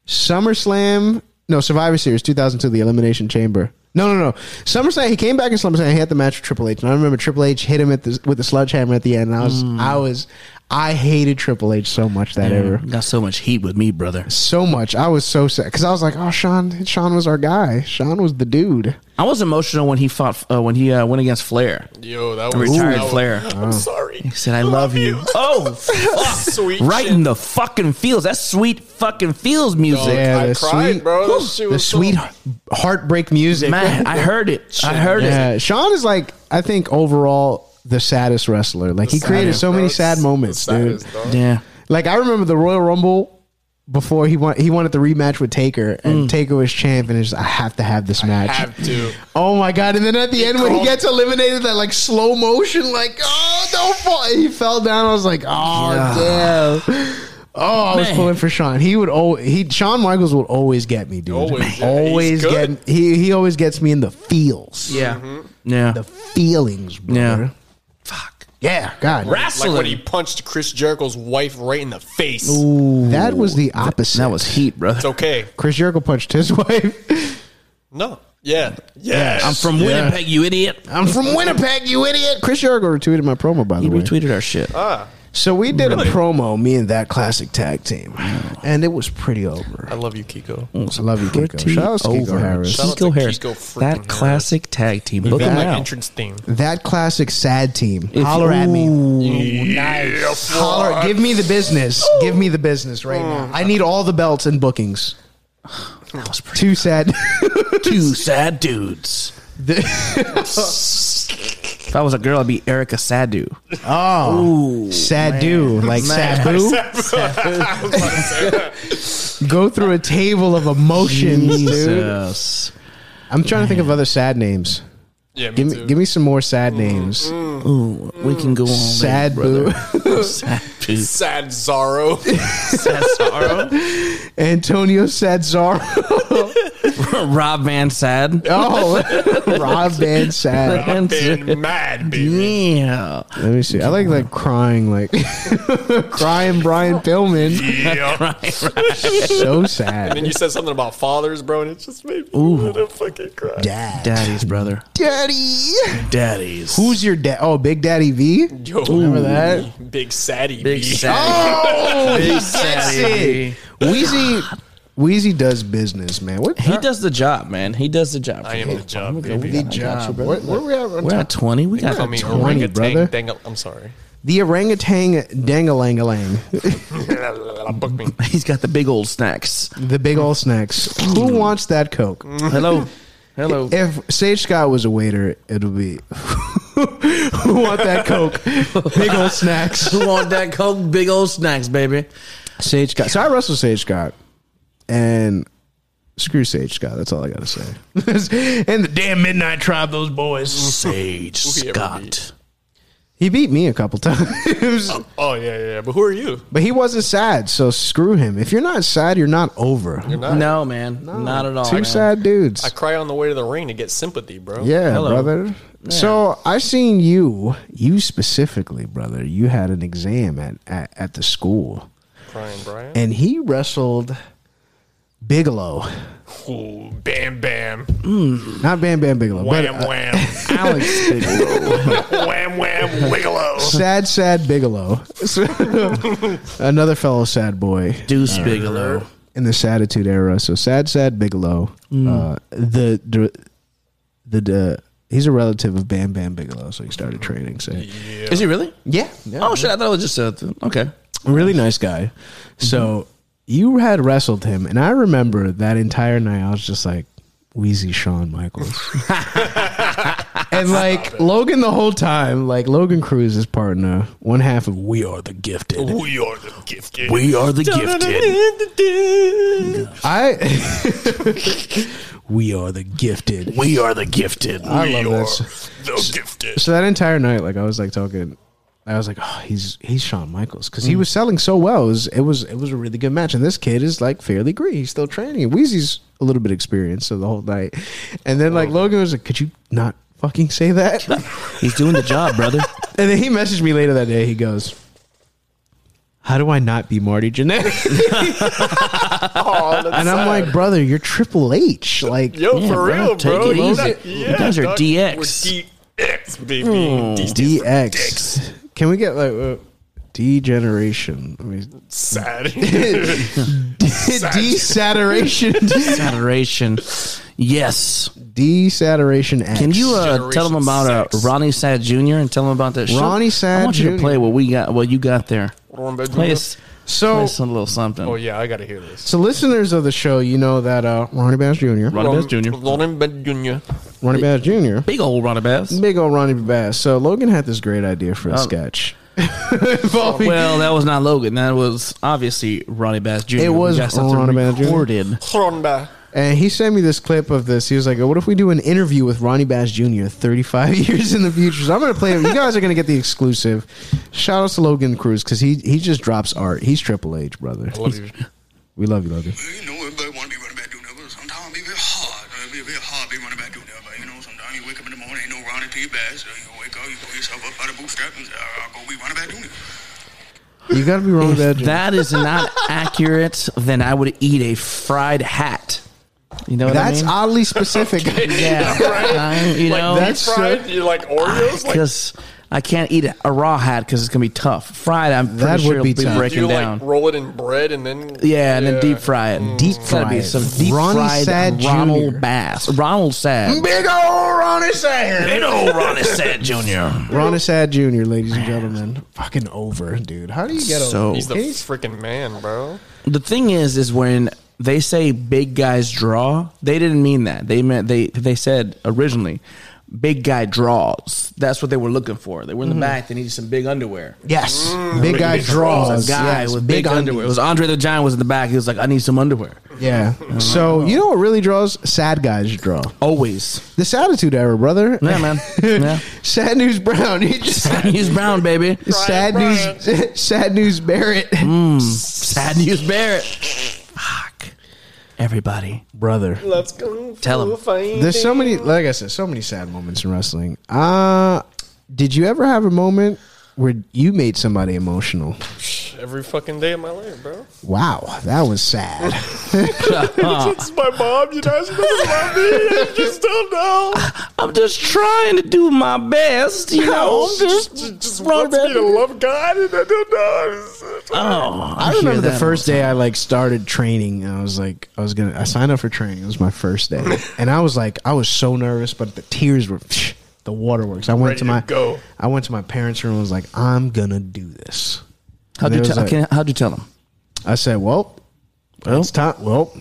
[SPEAKER 1] SummerSlam, no Survivor Series 2002, the Elimination Chamber. No, no, no. SummerSlam. He came back in SummerSlam. He had the match with Triple H, and I remember Triple H hit him at the, with the sledgehammer at the end. And I was, I was, I hated Triple H so much that era.
[SPEAKER 2] Got so much heat with me, brother.
[SPEAKER 1] So much. I was so sad because I was like, "Oh, Sean. Sean was our guy. Sean was the dude."
[SPEAKER 2] I was emotional when he fought uh, when he uh, went against Flair.
[SPEAKER 3] Yo, that was
[SPEAKER 2] Retired
[SPEAKER 3] that was-
[SPEAKER 2] Flair.
[SPEAKER 3] I'm sorry.
[SPEAKER 2] He said, "I love you." Oh,
[SPEAKER 3] Sweet
[SPEAKER 2] right
[SPEAKER 3] shit.
[SPEAKER 2] in the fucking feels. That's sweet fucking feels music.
[SPEAKER 1] Yeah,
[SPEAKER 3] I
[SPEAKER 1] the
[SPEAKER 3] cried,
[SPEAKER 1] sweet-
[SPEAKER 3] bro. That
[SPEAKER 1] Whew,
[SPEAKER 3] shit
[SPEAKER 1] the
[SPEAKER 3] was so-
[SPEAKER 1] sweet heartbreak music.
[SPEAKER 2] Man, I heard it. I heard it.
[SPEAKER 1] yeah, Sean is like I think overall the saddest wrestler. Like he created
[SPEAKER 3] Saddest,
[SPEAKER 1] so many
[SPEAKER 3] bro.
[SPEAKER 1] sad
[SPEAKER 3] The
[SPEAKER 1] moments, dude.
[SPEAKER 3] saddest, dog.
[SPEAKER 2] Yeah.
[SPEAKER 1] Like I remember the Royal Rumble before he won. He wanted the rematch with Taker,
[SPEAKER 2] Mm.
[SPEAKER 1] and Taker was champ, and it's just, I have to have this match.
[SPEAKER 3] Have to.
[SPEAKER 1] Oh my god! And then at the end, when he
[SPEAKER 3] crawled-
[SPEAKER 1] gets eliminated, that like slow motion, like oh don't fall. He fell down. I was like, oh damn. Oh, I was
[SPEAKER 2] Man.
[SPEAKER 1] pulling for Sean. He would always he Sean Michaels would always get me, dude. always
[SPEAKER 3] Always, yeah. He's
[SPEAKER 1] get
[SPEAKER 3] good.
[SPEAKER 1] he he always gets me in the feels,
[SPEAKER 2] Yeah. Yeah.
[SPEAKER 1] the feelings,
[SPEAKER 2] yeah.
[SPEAKER 1] brother.
[SPEAKER 2] Fuck.
[SPEAKER 1] Yeah, God,
[SPEAKER 2] Wrestling.
[SPEAKER 3] Like when he punched Chris Jericho's wife right in the face.
[SPEAKER 1] that was the opposite.
[SPEAKER 2] that was heat, brother.
[SPEAKER 3] It's okay.
[SPEAKER 1] Chris Jericho punched his wife.
[SPEAKER 3] No. Yeah. Yes.
[SPEAKER 2] I'm from Winnipeg, you idiot.
[SPEAKER 1] I'm from Winnipeg, you idiot. Chris Jericho retweeted my promo by the
[SPEAKER 2] He
[SPEAKER 1] way.
[SPEAKER 2] retweeted our shit.
[SPEAKER 3] Ah,
[SPEAKER 1] So we did a promo, me and that classic tag team, and it was pretty over.
[SPEAKER 3] I love you, Kiko.
[SPEAKER 1] I love you, Kiko. Shout out to Kiko Harris.
[SPEAKER 3] Shout out
[SPEAKER 2] Kiko
[SPEAKER 3] to
[SPEAKER 2] Harris.
[SPEAKER 3] Kiko freaking
[SPEAKER 2] that
[SPEAKER 3] Harris.
[SPEAKER 2] classic tag team. Look
[SPEAKER 1] got
[SPEAKER 2] at
[SPEAKER 1] my
[SPEAKER 3] My
[SPEAKER 2] that.
[SPEAKER 3] entrance theme.
[SPEAKER 1] That classic sad team.
[SPEAKER 2] If-
[SPEAKER 1] Holler at me.
[SPEAKER 2] Ooh.
[SPEAKER 3] Nice.
[SPEAKER 1] Holler. Give me the business. Give me the business right now. I need all the belts and bookings.
[SPEAKER 2] Oh. That was pretty.
[SPEAKER 1] Too sad.
[SPEAKER 2] Two sad dudes. If I was a girl, I'd be Erica Sadu.
[SPEAKER 1] oh, sad dude. Like Sabu. Go through a table of emotions, dude.
[SPEAKER 2] Jesus.
[SPEAKER 1] I'm trying to think of other sad names.
[SPEAKER 3] Yeah, me
[SPEAKER 1] Give me
[SPEAKER 3] too.
[SPEAKER 1] give me some more sad
[SPEAKER 2] Mm-hmm.
[SPEAKER 1] names.
[SPEAKER 2] Ooh, we can go on.
[SPEAKER 1] Sad
[SPEAKER 2] later,
[SPEAKER 1] Boo,
[SPEAKER 2] brother. Sad boo.
[SPEAKER 3] Sad Zorro.
[SPEAKER 2] Sad sorrow.
[SPEAKER 1] Antonio Sadzar.
[SPEAKER 2] Rob Van Sad.
[SPEAKER 1] Oh, Rob Van Sad.
[SPEAKER 3] I've been mad, baby.
[SPEAKER 2] Yeah.
[SPEAKER 1] Let me see. I like like crying, like crying Brian Pillman.
[SPEAKER 3] Yeah.
[SPEAKER 1] So
[SPEAKER 3] And
[SPEAKER 1] sad.
[SPEAKER 3] you said something about fathers, bro, and it just made me want to fucking cry.
[SPEAKER 1] Dad.
[SPEAKER 2] Daddy's brother.
[SPEAKER 1] Daddy.
[SPEAKER 2] Daddy's.
[SPEAKER 1] Who's your dad? Oh, Big Daddy V.
[SPEAKER 3] Yo,
[SPEAKER 1] Remember that?
[SPEAKER 3] Big Saddy.
[SPEAKER 2] Big
[SPEAKER 3] B.
[SPEAKER 2] Sad?
[SPEAKER 1] Oh, he
[SPEAKER 2] Sad
[SPEAKER 1] gets it.
[SPEAKER 2] baby.
[SPEAKER 1] Weezy. Weezy does business, man. What
[SPEAKER 2] He does the job, man. He does the job.
[SPEAKER 3] I am the job, baby.
[SPEAKER 1] the job? Where, where we at? on
[SPEAKER 2] We're
[SPEAKER 1] time?
[SPEAKER 2] at 20. We got
[SPEAKER 3] Call
[SPEAKER 2] a
[SPEAKER 3] me
[SPEAKER 2] 20.
[SPEAKER 1] Twenty,
[SPEAKER 3] orangutan
[SPEAKER 1] brother.
[SPEAKER 3] dangle- I'm sorry.
[SPEAKER 1] The orangutan dangalangalang.
[SPEAKER 3] Book me.
[SPEAKER 2] He's got the big old snacks.
[SPEAKER 1] the big old snacks. Who wants that Coke?
[SPEAKER 2] Hello. Hello.
[SPEAKER 1] If Sage Scott was a waiter, it'll be who want that Coke? Big old snacks.
[SPEAKER 2] Who want that Coke? Big old snacks, baby.
[SPEAKER 1] Sage Scott. So I wrestled Sage Scott, and screw Sage Scott. That's all I gotta say. and the damn Midnight Tribe, those boys.
[SPEAKER 2] Sage
[SPEAKER 3] Who he ever
[SPEAKER 2] Scott.
[SPEAKER 3] beat.
[SPEAKER 1] He beat me a couple times,
[SPEAKER 3] Oh yeah, yeah. yeah. But who are you?
[SPEAKER 1] but he wasn't sad. So screw him. If you're not sad, you're not over.
[SPEAKER 3] You're not.
[SPEAKER 2] No, man. Not at all.
[SPEAKER 1] Two
[SPEAKER 2] man.
[SPEAKER 1] sad dudes.
[SPEAKER 3] I cry on the way to the ring to get sympathy, bro.
[SPEAKER 1] Yeah,
[SPEAKER 2] Hello.
[SPEAKER 1] brother. So I seen you, you specifically, brother. You had an exam at, at, at the school,
[SPEAKER 3] Crying, Brian.
[SPEAKER 1] and he wrestled Bigelow,
[SPEAKER 3] Ooh, bam, bam,
[SPEAKER 1] not Bam Bam Bigelow, Mm, but
[SPEAKER 3] wham,
[SPEAKER 1] uh,
[SPEAKER 3] wham,
[SPEAKER 1] Alex Bigelow,
[SPEAKER 3] wham, wham, wiggalo.
[SPEAKER 1] sad, sad Bigelow, another fellow sad boy
[SPEAKER 2] Deuce Bigelow.
[SPEAKER 1] in the Satitude era. So sad, sad Bigelow. Uh, the the the. the He's a relative of Bam Bam Bigelow, so he started training. So,
[SPEAKER 2] Is he really?
[SPEAKER 1] yeah, yeah
[SPEAKER 2] Oh, shit. I thought it was just a. th- Okay.
[SPEAKER 1] really nice guy. So Mm-hmm. you had wrestled him, and I remember that entire night. I was just like, Wheezy Shawn Michaels, and like Logan the whole time. Like Logan Cruz, his partner, one half of We Are the Gifted.
[SPEAKER 3] We are the gifted.
[SPEAKER 2] We are the gifted.
[SPEAKER 1] I We Are the Gifted.
[SPEAKER 2] We are the gifted.
[SPEAKER 1] I love this.
[SPEAKER 3] the gifted.
[SPEAKER 1] So that entire night, like I was like talking. I was like, oh, he's he's Shawn Michaels because
[SPEAKER 2] Mm.
[SPEAKER 1] he was selling so well. It was, it was it was a really good match, and this kid is like fairly green. He's still training. Wheezy's a little bit experienced, so the whole night, and then
[SPEAKER 2] Oh.
[SPEAKER 1] like Logan was like, could you not fucking say that? and
[SPEAKER 2] He's doing the job, brother.
[SPEAKER 1] then he messaged me later that day. He goes, how do I not be Marty Jannetty?
[SPEAKER 3] Oh, that's
[SPEAKER 1] and I'm
[SPEAKER 3] sad.
[SPEAKER 1] like, brother, you're Triple H. Like,
[SPEAKER 3] yo,
[SPEAKER 2] Yeah,
[SPEAKER 3] for
[SPEAKER 2] bro,
[SPEAKER 3] real,
[SPEAKER 2] take
[SPEAKER 3] bro.
[SPEAKER 2] it
[SPEAKER 3] You
[SPEAKER 2] easy.
[SPEAKER 3] got-
[SPEAKER 2] You guys are Hmm.
[SPEAKER 3] dog.
[SPEAKER 2] DX.
[SPEAKER 3] We're DX, baby. DX.
[SPEAKER 1] DX. Can we get like uh, degeneration? I mean,
[SPEAKER 3] Sad.
[SPEAKER 1] desaturation.
[SPEAKER 2] Saturation. Yes.
[SPEAKER 1] Desaturation X.
[SPEAKER 2] Can you uh,
[SPEAKER 3] Generation
[SPEAKER 2] tell him about uh,
[SPEAKER 3] six.
[SPEAKER 2] Ronnie Sad Jr. and tell him about that? show?
[SPEAKER 1] Ronnie Sad
[SPEAKER 2] I want you
[SPEAKER 1] Jr..
[SPEAKER 2] to play what we got, what you got there.
[SPEAKER 3] Ronnie Sad
[SPEAKER 2] Play
[SPEAKER 3] Jr.
[SPEAKER 2] us, play
[SPEAKER 1] so
[SPEAKER 2] us a little something.
[SPEAKER 3] oh yeah, I gotta hear this.
[SPEAKER 1] so listeners of the show, you know that uh, Ronnie Bass Jr.
[SPEAKER 2] Ronnie Bass Jr.
[SPEAKER 3] Ronnie Bass Jr.
[SPEAKER 1] Ronnie Bass Jr.
[SPEAKER 2] Big old Ronnie Bass.
[SPEAKER 1] Big old Ronnie Bass. So Logan had this great idea for a sketch. Um, Involving-
[SPEAKER 2] Well, that was not Logan. That was obviously Ronnie Bass Jr.
[SPEAKER 1] It was
[SPEAKER 2] We got something
[SPEAKER 1] Ronnie Bass Jr..
[SPEAKER 2] recorded.
[SPEAKER 3] Ron Bass.
[SPEAKER 1] and he sent me this clip of this. He was like, "What if we do an interview with Ronnie Bass Jr. 35 years in the future?" So I'm gonna play. it. You guys are gonna get the exclusive. Shout out to Logan Cruz because he he just drops art. He's Triple H, brother.
[SPEAKER 3] Love you.
[SPEAKER 1] We love you, Logan.
[SPEAKER 4] You know, everybody want to be running back doing that, but sometimes it be very hard. It be very hard being running back doing that, but you know, sometimes you wake up in the morning, ain't no rounding to your back, so you wake up, you pull yourself up by the bootstrap and say, I'll go be running back doing that.
[SPEAKER 1] You gotta be Ronnie Bass Jr.
[SPEAKER 2] That is not accurate. Then I would eat a fried hat. You know what
[SPEAKER 1] That's
[SPEAKER 2] I mean?
[SPEAKER 1] oddly specific.
[SPEAKER 2] yeah, I- you know,
[SPEAKER 1] that's-
[SPEAKER 3] That's fried. You like Oreos? Like,
[SPEAKER 2] because I can't eat a, a raw hat because it's gonna be tough. Fried, I'm pretty
[SPEAKER 1] That would
[SPEAKER 2] sure it'll
[SPEAKER 1] be tough.
[SPEAKER 2] be,
[SPEAKER 3] do you
[SPEAKER 2] breaking down.
[SPEAKER 3] like roll it in bread and then?
[SPEAKER 2] Yeah, Mm. and then deep fry it. Deep
[SPEAKER 1] fry
[SPEAKER 2] be
[SPEAKER 1] it.
[SPEAKER 2] some deep
[SPEAKER 1] Ronnie
[SPEAKER 2] fried
[SPEAKER 1] Sad
[SPEAKER 2] Ronald
[SPEAKER 1] Jr..
[SPEAKER 2] Bass. Ronald Sad.
[SPEAKER 1] Big old Ronnie Sad.
[SPEAKER 2] Big old Ronnie Sad Jr.
[SPEAKER 1] Ronnie Sad Jr., ladies and gentlemen. Fucking over, dude. How do you get
[SPEAKER 2] So-
[SPEAKER 1] over?
[SPEAKER 3] He's the
[SPEAKER 1] He's-
[SPEAKER 3] freaking man, bro.
[SPEAKER 2] The thing is, is when they say big guys draw, they didn't mean that. They meant they they said originally big guy draws. That's what they were looking for. They were in the back. They needed some big underwear.
[SPEAKER 5] Yes.
[SPEAKER 3] Mm.
[SPEAKER 5] big guy draws.
[SPEAKER 2] A guy
[SPEAKER 5] Yes,
[SPEAKER 2] with big, underwear. It was Andre the Giant was in the back. He was like, I need some underwear.
[SPEAKER 5] Yeah.
[SPEAKER 1] So you know what really draws? Sad guys draw.
[SPEAKER 2] Always.
[SPEAKER 1] This attitude era, brother.
[SPEAKER 2] Yeah, man. Yeah.
[SPEAKER 1] Sad news Brown. He just
[SPEAKER 2] News Brown, baby.
[SPEAKER 1] sad news. Sad news Barrett.
[SPEAKER 2] Mm. Sad news Barrett. Fuck. Everybody.
[SPEAKER 5] Brother.
[SPEAKER 3] Let's go.
[SPEAKER 2] Tell 'em.
[SPEAKER 1] There's so many. Like I said, so many sad moments in wrestling. Uh did you ever have a moment where you made somebody emotional?
[SPEAKER 3] every fucking day of my life, bro.
[SPEAKER 1] Wow, that was sad.
[SPEAKER 3] It's my mom. You guys know about me. I just don't know.
[SPEAKER 2] I'm just trying to do my best, you know. I'm
[SPEAKER 3] just, just, just wants me to love God, and I don't know. It's-
[SPEAKER 2] Oh,
[SPEAKER 1] I
[SPEAKER 2] hear
[SPEAKER 1] remember the
[SPEAKER 2] that.
[SPEAKER 1] first day I like started training. I was like, I was gonna, I signed up for training. It was my first day, and I was like, I was so nervous, but the tears were, the waterworks. I went
[SPEAKER 3] Ready
[SPEAKER 1] to
[SPEAKER 3] to
[SPEAKER 1] my,
[SPEAKER 3] go.
[SPEAKER 1] I went to my parents' room. and was like, I'm gonna do this.
[SPEAKER 2] How'd
[SPEAKER 1] And
[SPEAKER 2] you
[SPEAKER 1] it was
[SPEAKER 2] tell?
[SPEAKER 1] like-
[SPEAKER 2] can- how'd you tell him?
[SPEAKER 1] I said, well, it's time. Well,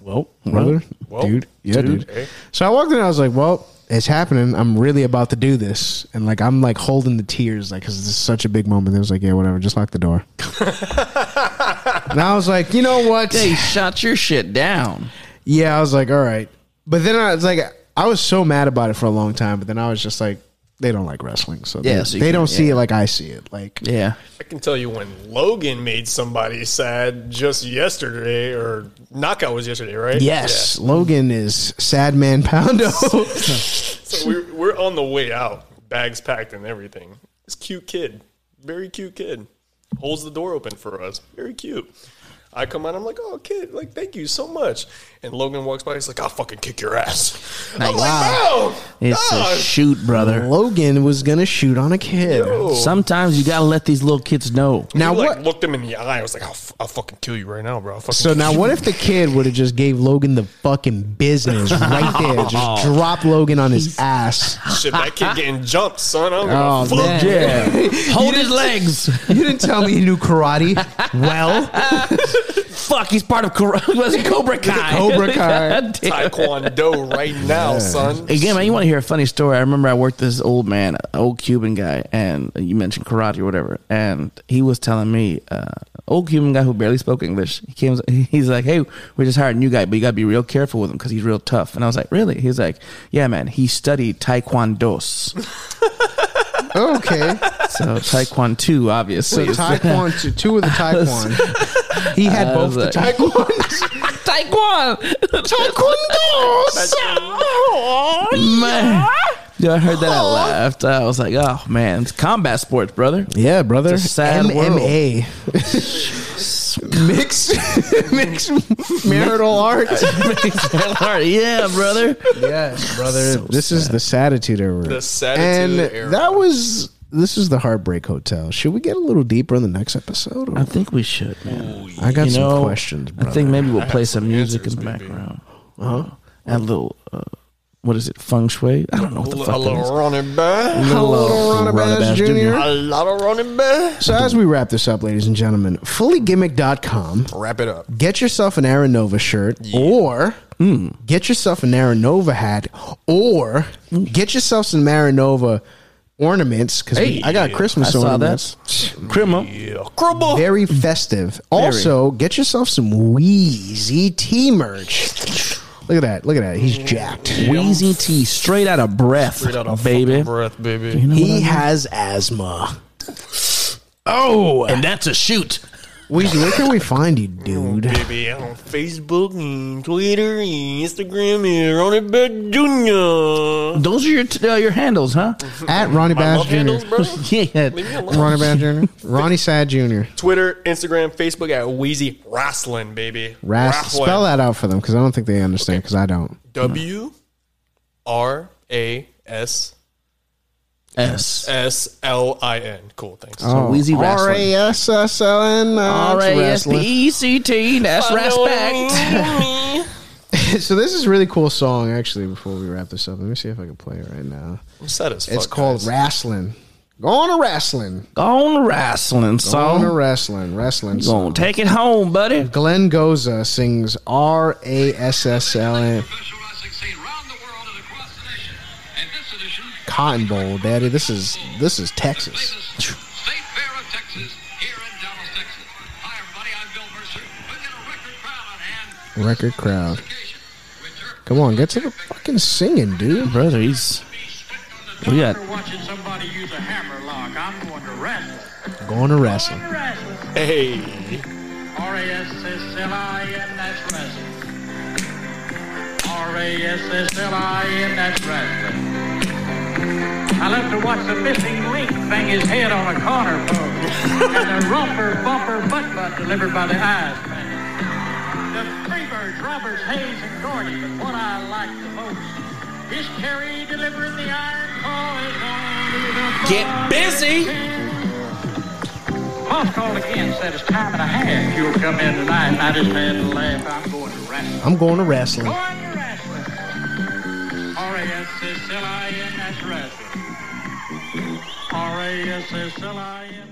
[SPEAKER 1] well, brother, dude, yeah, dude.
[SPEAKER 3] Okay.
[SPEAKER 1] So I walked in. and I was like, well. It's happening. I'm really about to do this, and like I'm like holding the tears, like because this is such a big moment. It was like, yeah, whatever, just lock the door. and I was like, you know what?
[SPEAKER 2] They shot your shit down.
[SPEAKER 1] Yeah, I was like, all right. But then I was like, I was so mad about it for a long time. But then I was just like, they don't like wrestling, so
[SPEAKER 2] Yeah,
[SPEAKER 1] they,
[SPEAKER 2] so you
[SPEAKER 1] they
[SPEAKER 2] can't-
[SPEAKER 1] don't see
[SPEAKER 2] yeah.
[SPEAKER 1] it like I see it. Like,
[SPEAKER 2] Yeah.
[SPEAKER 3] I can tell you when Logan made somebody sad just yesterday, or Knockout was yesterday, right?
[SPEAKER 1] yes, Logan is sad man Poundo.
[SPEAKER 3] Yeah. So we're, we're on the way out, bags packed and everything. This cute kid, very cute kid, holds the door open for us. Very cute. I come out, I'm like, oh, kid, like, thank you so much. And Logan walks by, he's like, I'll fucking kick your ass. I'm
[SPEAKER 2] Wow.
[SPEAKER 3] like, no,
[SPEAKER 2] It's a
[SPEAKER 3] no,
[SPEAKER 2] shoot, brother.
[SPEAKER 1] Logan was gonna shoot on a kid.
[SPEAKER 2] Sometimes you gotta let these little kids know.
[SPEAKER 1] Now
[SPEAKER 3] I like
[SPEAKER 1] what?
[SPEAKER 3] looked him in the eye. I was like, I'll, f- I'll fucking kill you right now, bro. I'll fucking
[SPEAKER 1] So
[SPEAKER 3] kill
[SPEAKER 1] now,
[SPEAKER 3] you.
[SPEAKER 1] what if the kid would have just gave Logan the fucking business right there? Just drop Logan on his ass.
[SPEAKER 3] Shit, that kid getting jumped, son. I'm
[SPEAKER 1] Oh,
[SPEAKER 3] gonna fuck
[SPEAKER 1] man.
[SPEAKER 3] you.
[SPEAKER 2] Yeah. Hold his legs.
[SPEAKER 1] You didn't tell me he knew karate. Well,
[SPEAKER 2] Fuck, he's part of Cor- was it Cobra Kai.
[SPEAKER 1] Cobra Kai.
[SPEAKER 2] God damn.
[SPEAKER 3] Taekwondo right now, son.
[SPEAKER 2] Again, man, you want to hear a funny story? I remember I worked this old man, a old Cuban guy, and you mentioned karate or whatever, and he was telling me, uh, old Cuban guy who barely spoke English. He came, he's like, "Hey, we just hired a new guy, but you gotta be real careful with him because he's real tough." And I was like, "Really?" He's like, "Yeah, man. He studied taekwondos,
[SPEAKER 1] okay.
[SPEAKER 2] so taekwondo, obviously."
[SPEAKER 1] So Taekwondo, two of the Taekwondo. He had both the
[SPEAKER 2] was like-
[SPEAKER 1] Taekwondos.
[SPEAKER 2] Taekwondo, taekwondo, man. Yeah, I heard that. I laughed. I was like, "Oh man, it's combat sports, brother."
[SPEAKER 1] Yeah, brother.
[SPEAKER 2] It's a sad
[SPEAKER 1] MMA. mixed, mixed marital arts.
[SPEAKER 2] yeah, brother.
[SPEAKER 1] yes, brother. Uh, this is the Satitude era.
[SPEAKER 3] The Satitude
[SPEAKER 1] and
[SPEAKER 3] era.
[SPEAKER 1] that was this is the Heartbreak Hotel. Should we get a little deeper in the next episode? or-
[SPEAKER 2] I think we should, man.
[SPEAKER 1] I got some questions, brother.
[SPEAKER 2] I think maybe we'll play some music in the background. Uh-huh. And a little, uh, what is it, feng shui? I don't know what the
[SPEAKER 3] A
[SPEAKER 2] fuck that is.
[SPEAKER 3] little running back.
[SPEAKER 1] Hello, Ron Abbas
[SPEAKER 2] Jr.
[SPEAKER 1] Jr.
[SPEAKER 3] A lot of running back.
[SPEAKER 1] So as we wrap this up, ladies and gentlemen, fullygimmick.com.
[SPEAKER 3] Wrap it up.
[SPEAKER 1] get yourself an Aaron Nova shirt or
[SPEAKER 2] Hmm.
[SPEAKER 1] get yourself an Aaron Nova hat or
[SPEAKER 2] Hmm.
[SPEAKER 1] get yourself some Aaron Nova ornaments because I got
[SPEAKER 2] I
[SPEAKER 1] Christmas
[SPEAKER 2] saw
[SPEAKER 1] ornaments.
[SPEAKER 2] that. Crimo.
[SPEAKER 3] Yeah. Crumble.
[SPEAKER 1] Very festive. Also, get yourself some Weezy T merch. Look at that. Look at that. He's jacked.
[SPEAKER 2] Wheezy T, straight out of breath, baby.
[SPEAKER 3] Breath, baby.
[SPEAKER 1] He has asthma.
[SPEAKER 2] Oh, and that's a shoot.
[SPEAKER 1] Weezy, where can we find you, dude?
[SPEAKER 3] Baby, I'm on Facebook and Twitter and Instagram and Ronnie Back Jr.
[SPEAKER 2] Those are your t- uh, your handles, huh?
[SPEAKER 1] At Ronnie
[SPEAKER 3] My
[SPEAKER 1] Bass
[SPEAKER 3] love handles,
[SPEAKER 1] Jr.
[SPEAKER 3] bro.
[SPEAKER 2] yeah.
[SPEAKER 3] Leave me
[SPEAKER 1] Ronnie
[SPEAKER 3] alone.
[SPEAKER 1] Bass Jr. Ronnie Sad Jr.
[SPEAKER 3] Twitter, Instagram, Facebook at Wheezy Rasslin, baby.
[SPEAKER 1] Ras-
[SPEAKER 3] Rasslin.
[SPEAKER 1] spell that out for them because I don't think they understand because I don't.
[SPEAKER 3] W R A S
[SPEAKER 2] S.
[SPEAKER 3] S L I N. Cool, thanks.
[SPEAKER 1] Oh,
[SPEAKER 2] So Wheezy
[SPEAKER 1] R
[SPEAKER 2] Wrestling.
[SPEAKER 1] A S S O N uh,
[SPEAKER 2] R A S P
[SPEAKER 1] wrestling.
[SPEAKER 2] E C T. That's respect.
[SPEAKER 1] So this is a really cool song actually. Before we wrap this up, let me see if I can play it right now.
[SPEAKER 3] I'm sad as fuck.
[SPEAKER 1] It's called
[SPEAKER 3] guys.
[SPEAKER 1] Wrestling. Going to wrestling.
[SPEAKER 2] On wrestling
[SPEAKER 1] Going to
[SPEAKER 2] song.
[SPEAKER 1] wrestling. Wrestling. song.
[SPEAKER 2] Gonna take it home, buddy.
[SPEAKER 1] Glenn Goza sings R A S S L N.
[SPEAKER 4] Professor Wrestling scene round the world and across the nation. And this edition
[SPEAKER 1] Cotton Bowl, Daddy. This is this is Texas.
[SPEAKER 6] State Fair of Texas, here in Dallas, Texas. Hi, everybody. I'm Bill Mercer. We've got a record
[SPEAKER 1] Record crowd.
[SPEAKER 6] crowd on hand. Vacation. Return.
[SPEAKER 1] Come on, get to the fucking singing, dude.
[SPEAKER 7] brother. He's we got
[SPEAKER 6] Watching somebody use a hammer lock. I'm going to wrestle.
[SPEAKER 1] Going to wrestling.
[SPEAKER 6] Wrestle.
[SPEAKER 3] Hey,
[SPEAKER 6] R-A-S-S-L-I-N, that's wrestling. R-A-S-S-L-I-N, that's wrestling. I love to watch the missing link bang his head on a corner post. and the romper bumper butt butt delivered by the eyes man. The Freebirds, Roberts, Hayes, and Gordy. But what I like the most is Terry delivering the iron call.
[SPEAKER 7] Get busy.
[SPEAKER 6] Boss called again, said it's time and a half. You'll come in tonight, and I just had to laugh. I'm going to wrestle.
[SPEAKER 1] I'm going to wrestling.
[SPEAKER 6] Going to wrestle. R-A-S-S-L-I-N, that's wrestling. R-A-S-S-L-I-N.